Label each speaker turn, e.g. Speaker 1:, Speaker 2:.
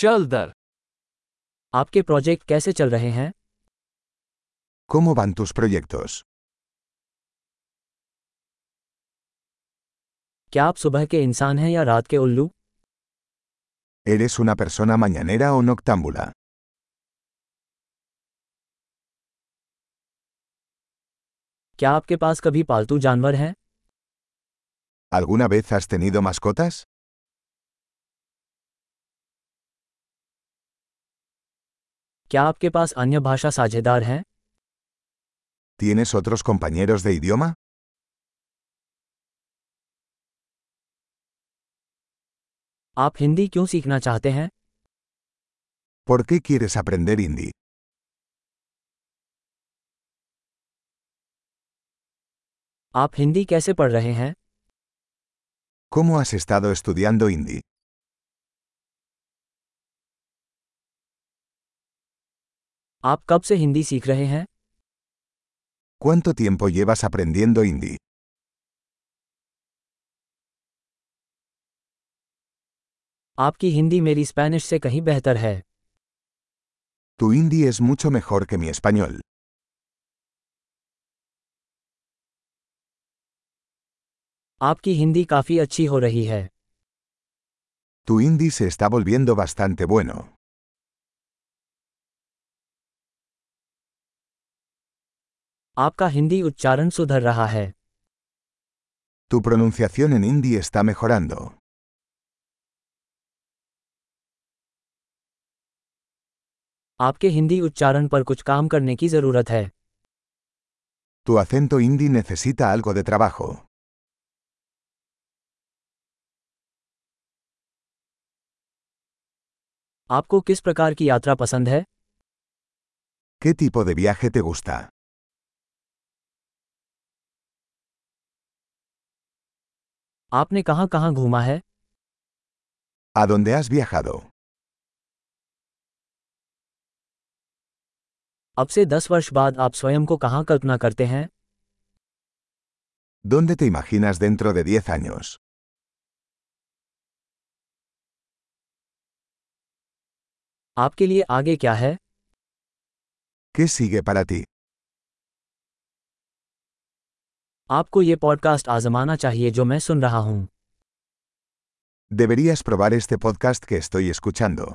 Speaker 1: चल दर
Speaker 2: आपके प्रोजेक्ट कैसे चल रहे हैं
Speaker 3: ¿Cómo van tus proyectos?
Speaker 2: क्या आप सुबह के इंसान हैं या रात के उल्लू
Speaker 3: ¿Eres una persona mañanera o noctámbula?
Speaker 2: क्या आपके पास कभी पालतू जानवर हैं
Speaker 3: ¿Alguna vez has tenido mascotas?
Speaker 2: क्या आपके पास अन्य भाषा साझेदार हैं
Speaker 3: ¿Tienes otros compañeros de idioma?
Speaker 2: आप हिंदी क्यों सीखना चाहते हैं
Speaker 3: ¿Por qué quieres aprender hindi?
Speaker 2: आप हिंदी कैसे पढ़ रहे हैं
Speaker 3: ¿Cómo has estado estudiando hindi?
Speaker 2: आप कब से हिंदी सीख रहे हैं
Speaker 3: ¿Cuánto tiempo llevas aprendiendo hindi?
Speaker 2: आपकी हिंदी मेरी स्पेनिश से कहीं बेहतर है
Speaker 3: Tu hindi es mucho mejor que mi español.
Speaker 2: आपकी हिंदी काफ़ी अच्छी हो रही है
Speaker 3: Tu hindi se está volviendo bastante bueno.
Speaker 2: आपका हिंदी उच्चारण सुधर रहा है
Speaker 3: Tu pronunciación en hindi está mejorando.
Speaker 2: आपके हिंदी उच्चारण पर कुछ काम करने की ज़रूरत है
Speaker 3: Tu acento hindi necesita algo de trabajo.
Speaker 2: आपको किस प्रकार की यात्रा पसंद है
Speaker 3: ¿Qué tipo de viaje te gusta?
Speaker 2: आपने कहाँ कहाँ घूमा है
Speaker 3: ¿A dónde has viajado?
Speaker 2: अब से दस वर्ष बाद आप स्वयं को कहाँ कल्पना करते हैं
Speaker 3: ¿Dónde te imaginas dentro de 10 años?
Speaker 2: आपके लिए आगे क्या है
Speaker 3: ¿Qué sigue para ti?
Speaker 2: आपको ये पॉडकास्ट आजमाना चाहिए जो मैं सुन रहा हूँ
Speaker 3: Deberías probar este podcast que estoy escuchando.